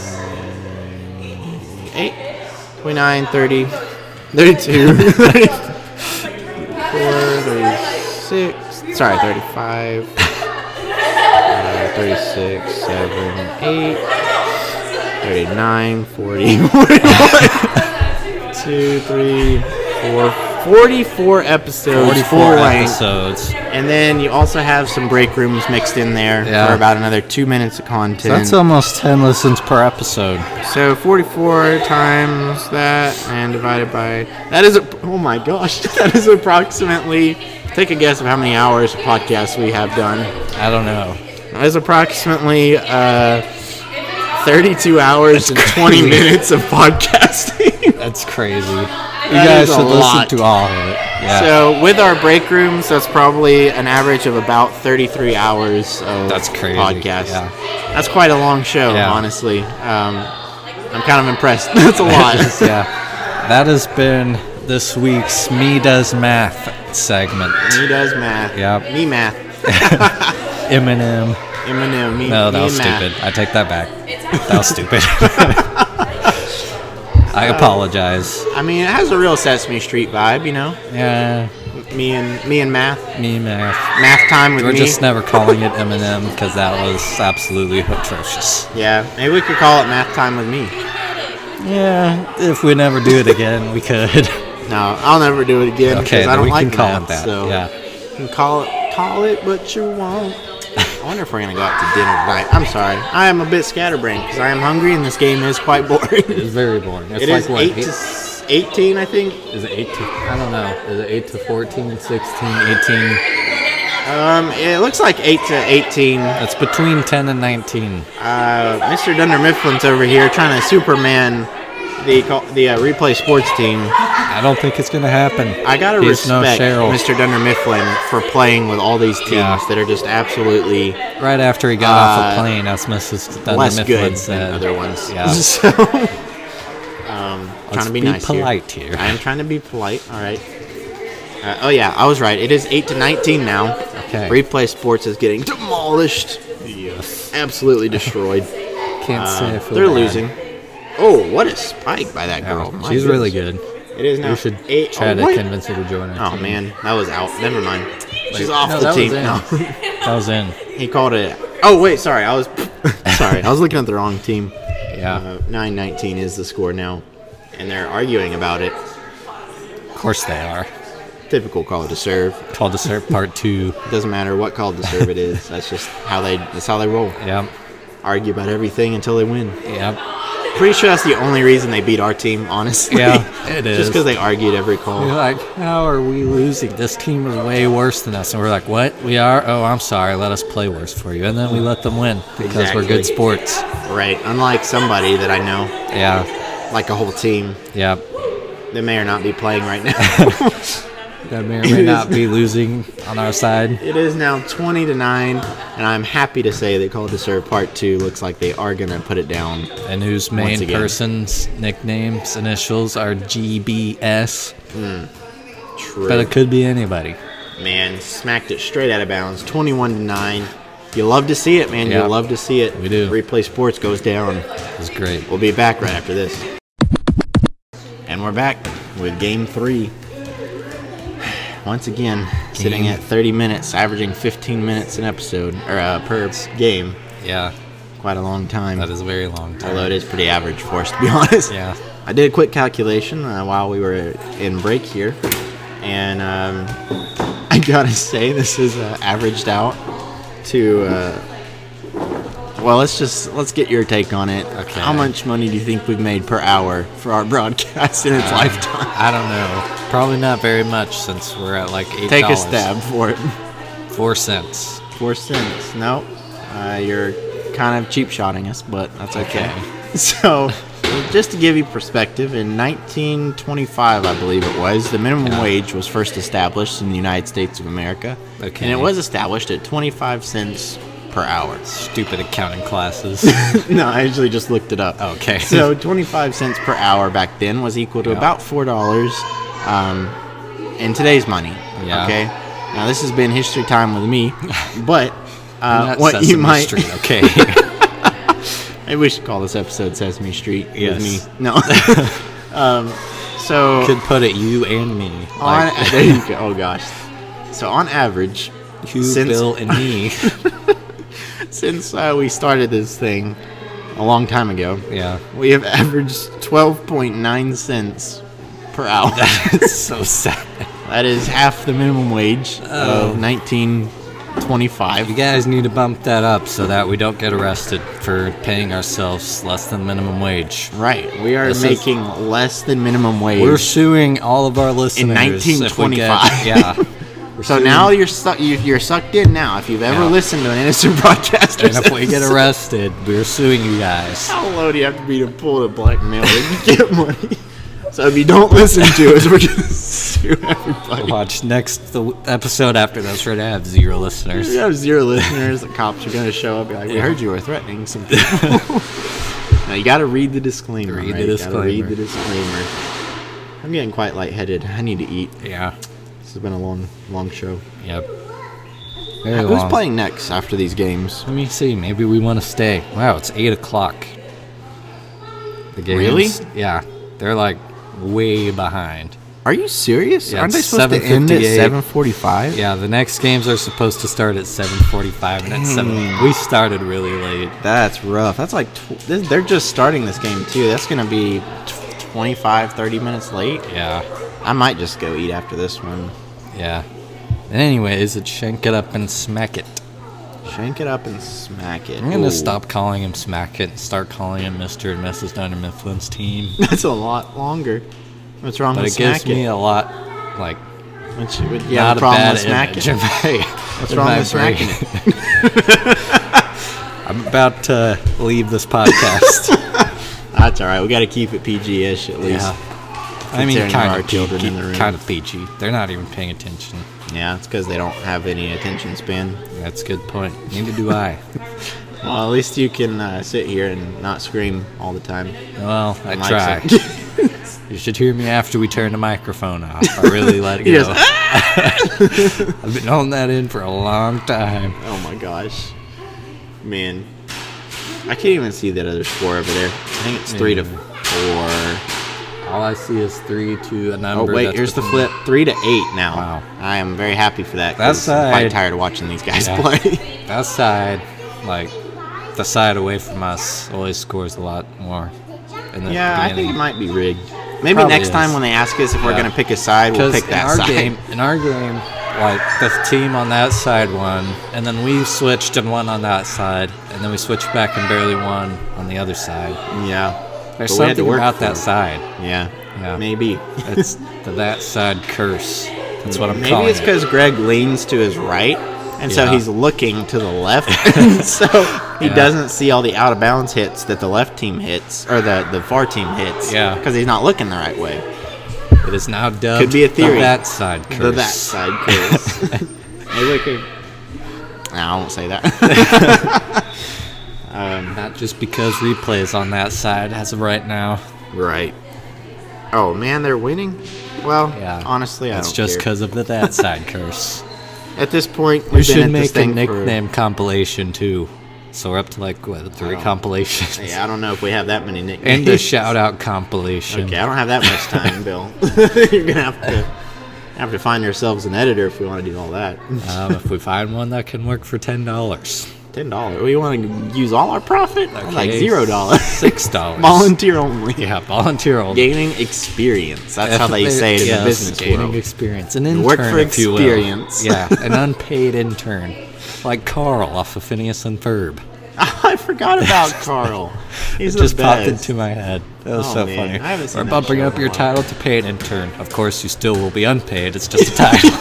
S1: 8, 29, 30, 32, 34, 36, sorry, 35, uh, 36, 7, 8, 39, 40, 41, 2, 3, 4, 44 episodes,
S2: 44
S1: full length.
S2: episodes.
S1: And then you also have some break rooms mixed in there
S2: Yeah.
S1: for about another two minutes of content.
S2: That's almost 10 listens per episode.
S1: So 44 times that and divided by that is a, oh my gosh that is approximately take a guess of how many hours of podcasts we have done.
S2: I don't know.
S1: That is approximately uh, 32 hours and 20 minutes of podcasting.
S2: That's crazy. You
S1: is
S2: guys
S1: a
S2: should
S1: lot.
S2: listen to all of it. Yeah.
S1: So with our break rooms, that's probably an average of about 33 hours of
S2: That's crazy,
S1: podcast.
S2: yeah.
S1: That's quite a long show,
S2: Yeah.
S1: honestly. Um, I'm kind of impressed. That's a lot.
S2: yeah. That has been this week's Me Does Math segment.
S1: Me does math.
S2: Yep.
S1: Me math.
S2: Eminem.
S1: Eminem. Me,
S2: No, that
S1: me
S2: was
S1: and math.
S2: stupid. I take that back. That was stupid. I
S1: Uh,
S2: apologize.
S1: I mean, it has a real Sesame Street vibe, you know.
S2: Yeah,
S1: Me and me and math.
S2: me math.
S1: Math time with
S2: We're
S1: me.
S2: just never calling it Eminem because that was absolutely atrocious.
S1: yeah. Maybe we could call it math time with me.
S2: Yeah, if we never do it again, we could.
S1: No, I'll never do it again
S2: Okay,
S1: because I
S2: then
S1: don't
S2: we
S1: like
S2: can call
S1: math,
S2: it that.
S1: So
S2: Yeah.
S1: you can call it call it what you want. I wonder if we're gonna go out to dinner tonight. I'm sorry, I am a bit scatterbrained because I am hungry and this game is quite boring.
S2: It's very boring. It's
S1: It
S2: like
S1: is
S2: what?
S1: eight to s- eighteen, I think.
S2: is it 8 to, I don't know. Is it 8 to 14, 16, 18?
S1: Um, it looks like eight to eighteen.
S2: It's between 10 and 19.
S1: Uh, Mr. Dunder Mifflin's over here trying to Superman the call- the uh, replay sports team.
S2: I don't think it's going to happen.
S1: I gotta
S2: He's no
S1: respect
S2: Cheryl.
S1: Mr. Dunder Mifflin for playing with all these teams
S2: Yeah.
S1: that are just absolutely
S2: Right after he got off
S1: Uh,
S2: a plane, as Mrs. Dunder
S1: less
S2: Mifflin
S1: good
S2: said.
S1: than other ones.
S2: Yeah.
S1: So, um, trying
S2: Let's
S1: to be,
S2: be
S1: nice
S2: polite here.
S1: I am trying to be polite. All right. Uh, oh yeah, I was right. It is eight to nineteen now.
S2: Okay.
S1: Replay Sports is getting demolished. Absolutely destroyed.
S2: Can't say I feel
S1: They're
S2: bad.
S1: losing. Oh, what a spike by that girl!
S2: Yeah,
S1: My
S2: she's really
S1: goodness.
S2: good.
S1: It is now.
S2: We should
S1: eight.
S2: try
S1: oh,
S2: to
S1: what?
S2: convince her to join our
S1: Oh
S2: team.
S1: man, that was out. Never mind. She's
S2: Wait,
S1: off
S2: no,
S1: the team.
S2: that
S1: No.
S2: Was in. that was in.
S1: He called it. Oh wait, sorry. I was sorry. I was looking at the wrong team.
S2: Yeah.
S1: Uh, Nine nineteen is the score now, and they're arguing about it.
S2: of course they are.
S1: Typical call to serve.
S2: Call to serve part two.
S1: Doesn't matter what call to serve it is. That's just how they. That's how they roll.
S2: Yep.
S1: Argue about everything until they win.
S2: Yep.
S1: Pretty sure that's the only reason they beat our team. Honestly.
S2: Yeah, it is.
S1: Just because they argued every call.
S2: You're like, how are we losing? This team is way worse than us. And we're like, what? We are? Oh, I'm sorry. Let us play worse for you. And then we let them win because we're
S1: Exactly.
S2: good sports.
S1: Right. Unlike somebody that I know,
S2: Yeah.
S1: like a whole team
S2: Yeah.
S1: that may or not be playing right now.
S2: That may or may not be losing on our side.
S1: It is now 20 to 9, and I'm happy to say that Call to Serve Part 2 looks like they are going to put it down.
S2: And whose
S1: Once
S2: main
S1: again.
S2: person's nicknames, initials are GBS.
S1: True.
S2: But it could be anybody.
S1: man, smacked it straight out of bounds, 21 to 9. You love to see it, man.
S2: Yeah.
S1: You love to see it.
S2: We do.
S1: Replay Sports goes down.
S2: It's great.
S1: We'll be back right after this. And we're back with Game 3. Once again, sitting
S2: Game.
S1: at 30 minutes, averaging 15 minutes an episode, or uh, per game.
S2: Yeah.
S1: Quite a long time.
S2: That is a very long time.
S1: Although it is pretty average for us, to be honest.
S2: Yeah.
S1: I did a quick calculation uh, while we were in break here, and um, I gotta say this is uh, averaged out to. Uh, well, let's just let's get your take on it.
S2: Okay.
S1: How much money do you think we've made per hour for our broadcast in its lifetime?
S2: I don't know. Probably not very much since we're at like $8.
S1: Take a stab for it.
S2: Four cents.
S1: Four cents. No, uh, you're kind of cheap shotting us, but that's okay. So, just to give you perspective, in 1925, I believe it was, the minimum wage was first established in the United States of America, and
S2: Okay.
S1: it was established at 25 cents per hour.
S2: Stupid accounting classes.
S1: no, I actually just looked it up.
S2: Okay.
S1: So 25 cents per hour back then was equal to
S2: Yeah.
S1: about four dollars um, in today's money.
S2: Yeah.
S1: Okay. Now this has been history time with me, but uh,
S2: Not
S1: what you
S2: Sesame
S1: might
S2: Street, okay.
S1: maybe we should call this episode Sesame Street
S2: Yes.
S1: with me. No. um, so
S2: Could put it you and me. Like,
S1: on there you go. Oh gosh. So on average,
S2: you,
S1: since
S2: Bill, and me.
S1: since uh, we started this thing a long time ago,
S2: yeah.
S1: we have averaged 12.9 cents per hour.
S2: It's so sad.
S1: That is half the minimum wage
S2: Oh.
S1: of 1925.
S2: You guys need to bump that up so that we don't get arrested for paying ourselves less than minimum wage.
S1: Right. We are
S2: This is-
S1: making less than minimum wage.
S2: We're suing all of our listeners. if we get-
S1: 1925.
S2: yeah. We're
S1: so
S2: suing-
S1: now you're, su- you, you're sucked in now. If you've ever
S2: Yeah.
S1: listened to an innocent broadcaster,
S2: and if we get arrested, we're suing you guys.
S1: how low do you have to be to pull a blackmail to get money? So if you don't listen to us, we're going to sue everybody.
S2: Watch next the episode after this. We're gonna have zero
S1: If
S2: listeners.
S1: you have zero listeners, the cops are going to show up and be like, we
S2: Yeah.
S1: heard you were threatening some people. now you got to read the disclaimer.
S2: Read the
S1: right? You gotta Read
S2: disclaimer.
S1: the disclaimer. I'm getting quite lightheaded. I need to eat.
S2: Yeah.
S1: This has been a long, long show.
S2: Yep. Very
S1: Who's
S2: long.
S1: playing next after these games?
S2: Let me see. Maybe we want to stay. Wow, it's eight o'clock. The games,
S1: Really?
S2: Yeah, they're like way behind.
S1: Are you serious?
S2: Yeah,
S1: Aren't they
S2: it's
S1: supposed to end at
S2: 7:58.
S1: 7:45?
S2: Yeah, the next games are supposed to start at 7:45,
S1: Hmm.
S2: and at seven we started really late.
S1: That's rough. That's like tw- this, they're just starting this game too. That's going to be tw 25 30 minutes late.
S2: Yeah,
S1: I might just go eat after this one.
S2: yeah. Anyways, it's shank it up and smack it.
S1: Shank it up and smack it.
S2: I'm gonna
S1: Ooh.
S2: stop calling him smack it and start calling him Mr. and Mrs. Dunn and Mifflin's team.
S1: That's a lot longer. What's wrong
S2: But
S1: with
S2: it gives
S1: smack
S2: me
S1: it?
S2: a lot like
S1: What's- what- yeah,
S2: not
S1: the
S2: a
S1: problem
S2: bad
S1: with smack
S2: image
S1: it.
S2: in my-
S1: What's
S2: in
S1: wrong
S2: my
S1: with smacking
S2: brain.
S1: it?
S2: I'm about to leave this podcast.
S1: That's all right. We got to keep it PG-ish at least.
S2: yeah.
S1: Yeah,
S2: I mean,
S1: Considering there
S2: kind
S1: are
S2: of
S1: children
S2: PG,
S1: in the room.
S2: kind of PG. They're not even paying attention.
S1: it's because they don't have any attention span.
S2: That's a good point. Neither do I.
S1: Well, at least you can uh, sit here and not scream all the time.
S2: well, I
S1: Mike's
S2: try.
S1: like-
S2: You should hear me after we turn the microphone off. I really let it
S1: He
S2: go.
S1: just,
S2: I've been holding that in for a long time.
S1: Oh my gosh. Man. I can't even see that other score over there. I think it's three to four.
S2: All I see is three to a
S1: Oh
S2: number.
S1: wait,
S2: that's
S1: here's the
S2: within-
S1: flip. Three to eight now.
S2: Wow.
S1: I am very happy for that. 'cause
S2: That's,
S1: I'm
S2: uh,
S1: quite tired of watching these guys
S2: Yeah.
S1: play.
S2: That side, like the side away from us, always scores a lot more. In the
S1: yeah, I think
S2: beginning.
S1: it might be rigged. Maybe
S2: Probably
S1: next time
S2: is.
S1: when they ask us if we're
S2: Yeah.
S1: gonna pick a side, we'll pick
S2: in
S1: that
S2: our
S1: side.
S2: game, in our game, like the team on that side won, and then we switched and won on that side, and then we switched back and barely won on the other side.
S1: Yeah.
S2: There's
S1: But we had to
S2: something
S1: work
S2: about
S1: for
S2: that
S1: it.
S2: side.
S1: Yeah.
S2: Yeah.
S1: Maybe.
S2: It's the that side curse. That's what I'm
S1: Maybe
S2: calling
S1: it's
S2: it.
S1: because Greg leans to his right, and so
S2: Yeah.
S1: he's looking to the left, so he
S2: Yeah.
S1: doesn't see all the out of bounds hits that the left team hits or the the far team hits.
S2: Yeah.
S1: because he's not looking the right way.
S2: It is now dubbed
S1: Could be a theory.
S2: the that side curse.
S1: The that side curse. Maybe I could. No, I won't say that.
S2: Not just because replays on that side as of right now.
S1: right. Oh man, they're winning. Well,
S2: Yeah.
S1: honestly, I
S2: It's
S1: don't
S2: just
S1: care.
S2: because of the that side curse.
S1: at this point we've
S2: We
S1: been
S2: should
S1: at this
S2: make a
S1: thing for-
S2: nickname compilation too. So we're up to like what three compilations
S1: Yeah, I don't know if we have that many nicknames.
S2: and a shout out compilation.
S1: Okay, I don't have that much time, Bill. You're gonna have to have to find yourselves an editor if we want to do all that.
S2: Um, if we find one that can work for ten dollars,
S1: Ten dollars. We want to use all our profit, like
S2: Okay,
S1: zero dollars.
S2: six dollars.
S1: Volunteer only.
S2: yeah, volunteer only.
S1: Gaining experience. That's how they say it in
S2: Yes,
S1: the business
S2: gaining
S1: world.
S2: experience, an intern,
S1: work for
S2: if you will.
S1: experience.
S2: yeah, an unpaid intern, like Carl off of Phineas and Ferb.
S1: I forgot about Carl. He's
S2: It
S1: the
S2: just popped
S1: best.
S2: into my head. That was
S1: Oh,
S2: so
S1: man,
S2: funny.
S1: I haven't seen
S2: We're
S1: that
S2: bumping
S1: show
S2: up
S1: in a
S2: your
S1: while.
S2: title to paid intern. Of course, you still will be unpaid. It's just a title.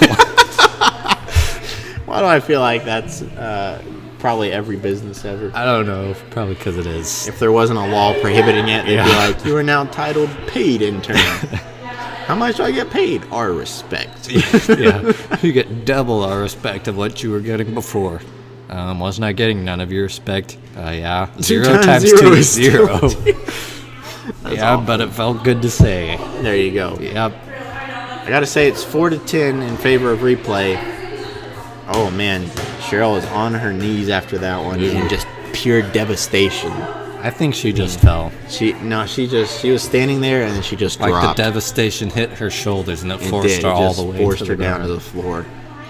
S1: Why do I feel like that's uh, probably every business ever?
S2: I don't know. Probably because it is.
S1: If there wasn't a law prohibiting it, they'd be
S2: Yeah.
S1: like, "You are now titled paid intern." How much do I get paid? Our respect.
S2: yeah, you get double our respect of what you were getting before. Um, wasn't I getting none of your respect? Uh, yeah, zero
S1: times
S2: times
S1: zero
S2: two
S1: is
S2: is zero. yeah,
S1: awful.
S2: but it felt good to say.
S1: There you go.
S2: Yep.
S1: I gotta say it's four to ten in favor of replay. Oh man, Cheryl is on her knees after that one in just pure devastation.
S2: I think she
S1: Mm.
S2: just fell.
S1: She no, she just she was standing there and then she just
S2: Like
S1: dropped.
S2: the devastation hit her shoulders and it,
S1: It
S2: forced
S1: did. It
S2: her all
S1: just
S2: the way
S1: forced
S2: to the
S1: her down to
S2: ground.
S1: the floor.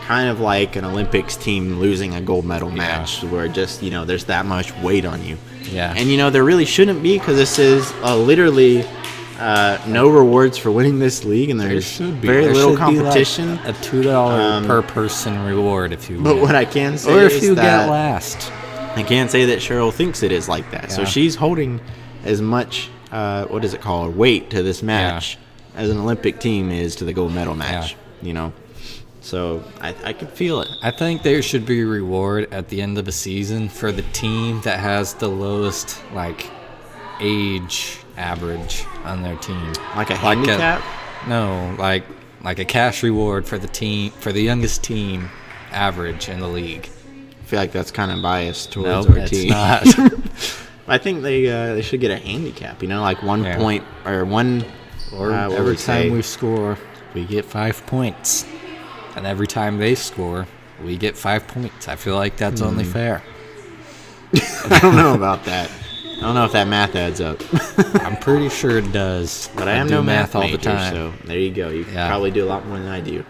S1: Kind of like an Olympics team losing a gold medal match, where just you know there's that much weight on you.
S2: Yeah.
S1: And you know there really shouldn't be because this is uh, literally uh, no rewards for winning this league, and
S2: There
S1: there's
S2: should be
S1: very
S2: There
S1: little
S2: should be, like,
S1: competition. Um,
S2: a two dollar per person reward if you.
S1: But
S2: win.
S1: what I can say
S2: or if
S1: is
S2: you
S1: that
S2: get last.
S1: I can say that Cheryl thinks it is like that. So
S2: Yeah.
S1: she's holding as much uh, what is it called weight to this match as an Olympic team is to the gold medal match. You know, so I, I could feel it.
S2: I think there should be a reward at the end of the season for the team that has the lowest like age average on their team.
S1: Like a
S2: a-
S1: handicap.
S2: no, like like a cash reward for the team for the youngest team average in the league.
S1: I feel like that's kind of biased
S2: No,
S1: towards our
S2: it's
S1: team.
S2: not.
S1: I think they uh, they should get a handicap. You know, like one
S2: Yeah.
S1: point or one.
S2: or
S1: uh, what
S2: every
S1: we say,
S2: time we score, we get five points, and every time they score, we
S1: Hmm.
S2: get five points. I feel like that's only fair.
S1: I don't know about that. I don't know if that math adds up,
S2: I'm pretty sure it does.
S1: but I am
S2: do
S1: no math,
S2: all
S1: major,
S2: the time.
S1: so there you go. You
S2: Yeah.
S1: probably do a lot more than I do.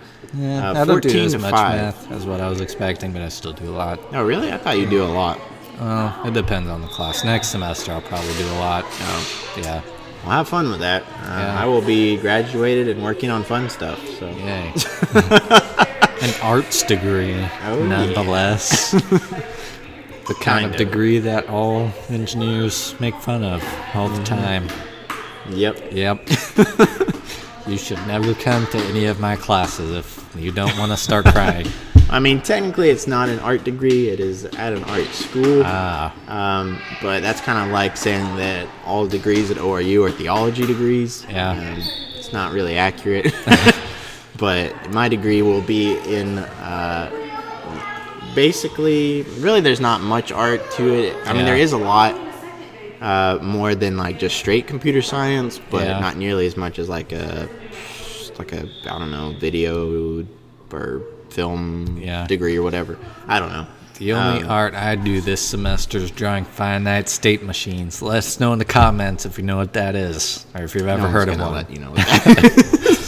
S1: Uh,
S2: yeah, I don't do
S1: 14
S2: as
S1: to
S2: much
S1: five.
S2: math as what I was expecting, but I still do a lot.
S1: Oh, really? I thought you do a lot.
S2: Well, it depends on the class. Next semester, I'll probably do a lot.
S1: Oh,
S2: Yeah.
S1: well, have fun with that. Uh,
S2: Yeah.
S1: I will be graduated and working on fun stuff. So
S2: Yay. An arts degree,
S1: Oh,
S2: nonetheless. the kind
S1: Kind of.
S2: of degree that all engineers make fun of all
S1: Mm-hmm.
S2: the time.
S1: yep.
S2: Yep. you should never come to any of my classes if you don't want to start crying.
S1: I mean, technically, it's not an art degree. It is at an art school.
S2: Ah,
S1: Um, but that's kind of like saying that all degrees at ORU are theology degrees.
S2: Yeah.
S1: Um, it's not really accurate. but my degree will be in uh, basically, really, there's not much art to it. I mean,
S2: Yeah.
S1: there is a lot uh, more than like just straight computer science, but
S2: Yeah.
S1: not nearly as much as like a, like a, I don't know, video or film
S2: Yeah.
S1: degree or whatever. I don't know.
S2: the only
S1: Um,
S2: art I do this semester is drawing finite state machines. Let us know in the comments if you know what that is, or if you've ever
S1: no one's
S2: heard of
S1: gonna
S2: one.
S1: let
S2: It
S1: you know.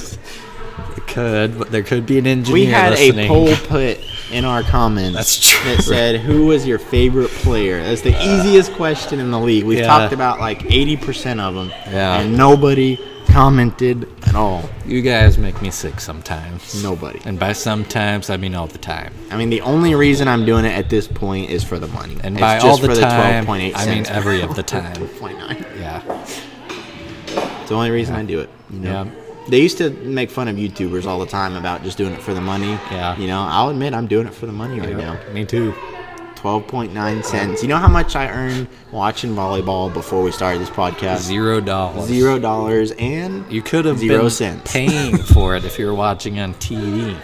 S2: could, but there could be an engineer
S1: We had
S2: listening.
S1: a poll put in our comments
S2: That's true. Uh,
S1: that said, "Who was your favorite player?" That's the easiest question in the league. We've
S2: Yeah.
S1: talked about like eighty percent of them,
S2: Yeah.
S1: and nobody commented at all.
S2: You guys make me sick sometimes.
S1: Nobody.
S2: And by sometimes, I mean all the time.
S1: I mean, the only reason I'm doing it at this point is for the money,
S2: And
S1: it's
S2: by
S1: just
S2: all the
S1: for the
S2: time,
S1: twelve point eight
S2: I mean every of the time.
S1: Twelve point nine.
S2: Yeah.
S1: It's the only reason I do it. You know?
S2: Yeah.
S1: They used to make fun of YouTubers all the time about just doing it for the money.
S2: Yeah.
S1: You know, I'll admit I'm doing it for the money right now.
S2: Me too.
S1: 12.9 cents. You know how much I earned watching volleyball before we started this podcast?
S2: Zero dollars.
S1: Zero dollars and
S2: You could have
S1: Zero
S2: been
S1: cents.
S2: paying for it if you were watching on TV.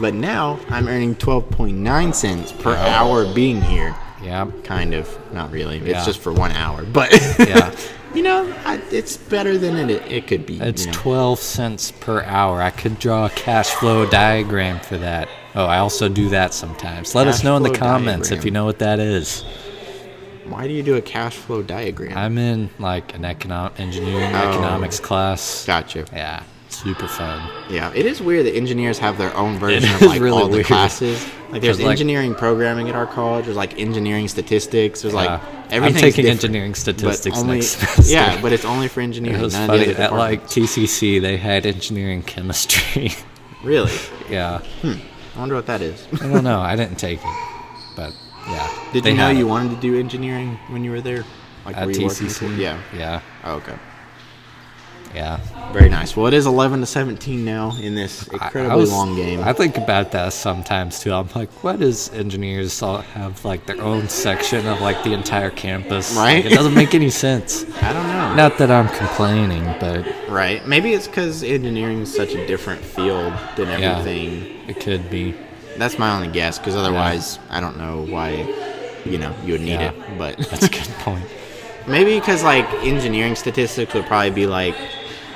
S1: But now I'm earning 12.9 cents per hour being here.
S2: Yeah.
S1: Kind of, not really. It's
S2: Yeah.
S1: just for one hour. But
S2: Yeah.
S1: you know, I, it's better than it it could be.
S2: It's
S1: you know.
S2: 12 cents per hour. I could draw a cash flow diagram for that. Oh, I also do that sometimes. Let us
S1: Cash
S2: know in the
S1: flow
S2: comments if
S1: diagram.
S2: you know what that is.
S1: Why do you do a cash flow diagram?
S2: I'm in like an econo- engineering
S1: Oh.
S2: economics class.
S1: gotcha.
S2: Yeah. Super fun.
S1: Yeah, it is weird that engineers have their own version of
S2: is
S1: like
S2: really
S1: all the
S2: weird.
S1: classes. Like there's
S2: 'Cause, like-
S1: engineering programming at our college. There's like engineering statistics. There's like
S2: Yeah. I'm
S1: everything's
S2: taking
S1: different,
S2: engineering statistics
S1: but only,
S2: next semester.
S1: Yeah, but it's only for engineering.
S2: It was
S1: none of the
S2: funny
S1: other
S2: at like
S1: departments.
S2: TCC they had engineering chemistry.
S1: really.
S2: yeah,
S1: I wonder what that is.
S2: I don't know. I didn't take it, but yeah.
S1: Did
S2: they
S1: you know
S2: had
S1: you
S2: it
S1: wanted to do engineering when you were there? Like
S2: at
S1: were you working
S2: TCC?
S1: for- Yeah.
S2: yeah,
S1: Oh, okay.
S2: yeah.
S1: Very nice. Well, it is 11 to 17 now in this
S2: I- I
S1: incredibly
S2: was-
S1: long game.
S2: I think about that sometimes too. I'm like, what is engineers all have like their own section of like the entire campus? Like,
S1: Right?
S2: it doesn't make any sense.
S1: I don't know.
S2: Not that I'm complaining, but
S1: Right? Maybe it's because engineering is such a different field than
S2: yeah,
S1: everything.
S2: it could be.
S1: That's my only guess, because otherwise, I don't know why, you know, you would need
S2: Yeah.
S1: it. But
S2: That's a good point.
S1: maybe because like engineering statistics would probably be like,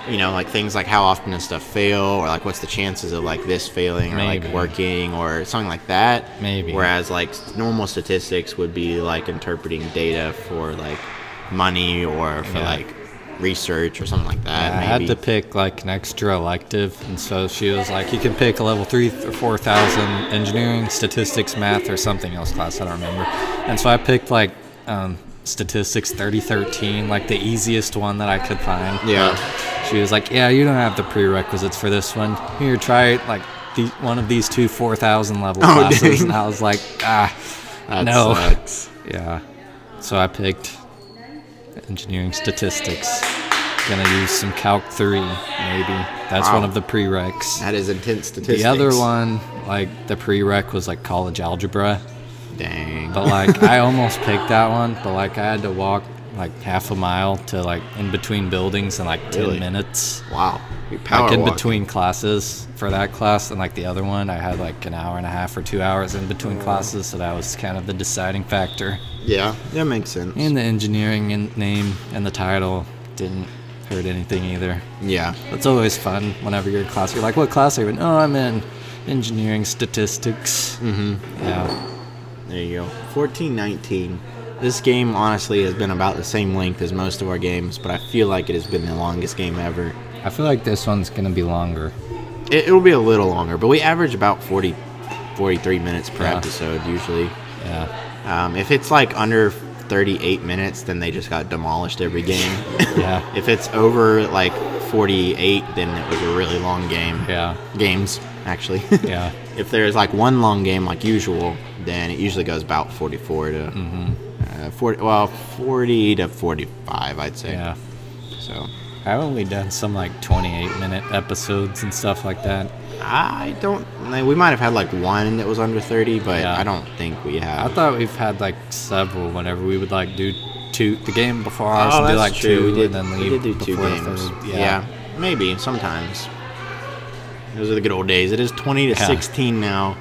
S1: you know, like things like how often does stuff fail, or like what's the chances of like this failing, or like
S2: Maybe.
S1: working, or something like that.
S2: Maybe.
S1: Whereas like s- normal statistics would be like interpreting data for like money or for
S2: Yeah.
S1: like research or something like that.
S2: I
S1: maybe.
S2: had to pick like an extra elective, and so she was like, "You can pick a level three or four thousand engineering, statistics, math, or something else class. I don't remember." And so I picked like um, statistics thirty thirteen, like the easiest one that I could find.
S1: yeah.
S2: She was like, "Yeah, you don't have the prerequisites for this one. Here, try it, like the, one of these two four thousand level
S1: Oh,
S2: classes."
S1: dang.
S2: And I was like, "Ah,
S1: That
S2: no."
S1: sucks.
S2: Yeah. So I picked engineering statistics. Gonna use some Calc 3, maybe. That's
S1: Wow.
S2: one of the prereqs.
S1: That is intense statistics.
S2: The other one, like the prereq was like college algebra.
S1: Dang.
S2: But like I almost picked that one, but like I had to walk like half a mile to like in between buildings in like 10
S1: Really?
S2: minutes.
S1: Wow.
S2: like in
S1: walking.
S2: between classes for that class and like the other one, I had like an hour and a half or two hours in between classes, so that was kind of the deciding factor.
S1: Yeah, that makes sense.
S2: And the engineering in- name and the title didn't hurt anything either.
S1: yeah.
S2: That's always fun whenever you're in class. You're like, what class are you in? Oh, I'm in engineering statistics. Mm-hmm. Yeah.
S1: There you go. Fourteen nineteen. This game honestly has been about the same length as most of our games, but I feel like it has been the longest game ever.
S2: I feel like this one's gonna be longer.
S1: It, it'll be a little longer, but we average about 40, 43 minutes per
S2: Yeah.
S1: episode usually.
S2: Yeah.
S1: Um, if it's like under 38 minutes, then they just got demolished every game.
S2: Yeah.
S1: if it's over like 48, then it was a really long game.
S2: Yeah.
S1: Games, actually.
S2: Yeah.
S1: if there's like one long game like usual, then it usually goes about 44 to
S2: Mm-hmm.
S1: uh, 40, well, 40 to 45, I'd say.
S2: Yeah.
S1: So
S2: I've only done some like 28 minute episodes and stuff like that.
S1: I don't. like, We might have had like one that was under 30, but
S2: Yeah.
S1: I don't think we
S2: I
S1: have.
S2: thought we've had like several whenever we would like do two, the game before ours
S1: Oh,
S2: would be
S1: that's
S2: like
S1: true.
S2: two
S1: we did,
S2: and then
S1: we
S2: leave
S1: did do two
S2: before the
S1: games.
S2: third.
S1: Yeah. maybe sometimes. Those are the good old days. It is twenty to
S2: Yeah.
S1: sixteen now,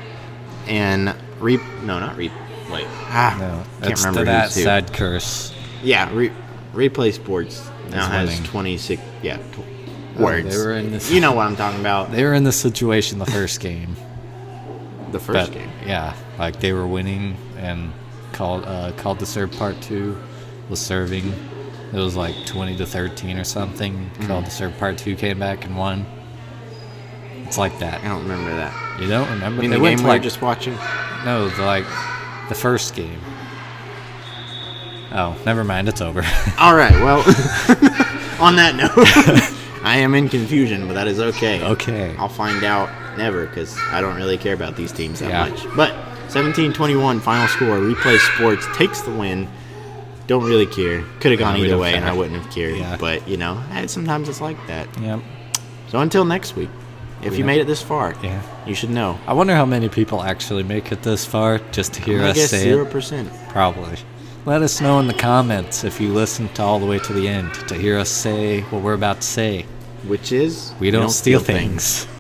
S1: and reap. No, not reap. Wait, ah,
S2: No,
S1: can't
S2: it's
S1: remember
S2: the, that
S1: who's who.
S2: sad curse.
S1: Yeah, re- replay sports now has
S2: winning.
S1: twenty six. Yeah, tw-
S2: Oh,
S1: words.
S2: they were in this-
S1: You know what I'm talking about?
S2: They were in this situation the first game.
S1: the first
S2: but,
S1: game.
S2: Yeah, like they were winning and called uh, called the serve part two was serving. It was like twenty to thirteen or something.
S1: Mm.
S2: Called the serve part two came back and won. It's like that.
S1: I don't remember that.
S2: You don't remember?
S1: I mean,
S2: they
S1: the
S2: went
S1: game we
S2: to
S1: were
S2: like
S1: just watching.
S2: no, the, like the first game. Oh, never mind. It's over.
S1: All right. Well, on that note, I am in confusion, but that is okay.
S2: Okay.
S1: I'll find out never because I don't really care about these teams that
S2: Yeah.
S1: much. But 17-21 final score. Replay Sports takes the win. Don't really care. Could have gone
S2: we
S1: either
S2: don't
S1: way, and I
S2: care.
S1: wouldn't have cared.
S2: Yeah.
S1: But you know, hey, sometimes it's like that.
S2: yep.
S1: So until next week, if you
S2: Yeah.
S1: made it this far,
S2: Yeah.
S1: you should know.
S2: I wonder how many people actually make it this far just to hear
S1: I
S2: us
S1: guess
S2: say
S1: zero
S2: it.
S1: percent.
S2: Probably. Let us know in the comments if you listened to all the way to the end to hear us say what we're about to say.
S1: Which is
S2: We don't, steal, things.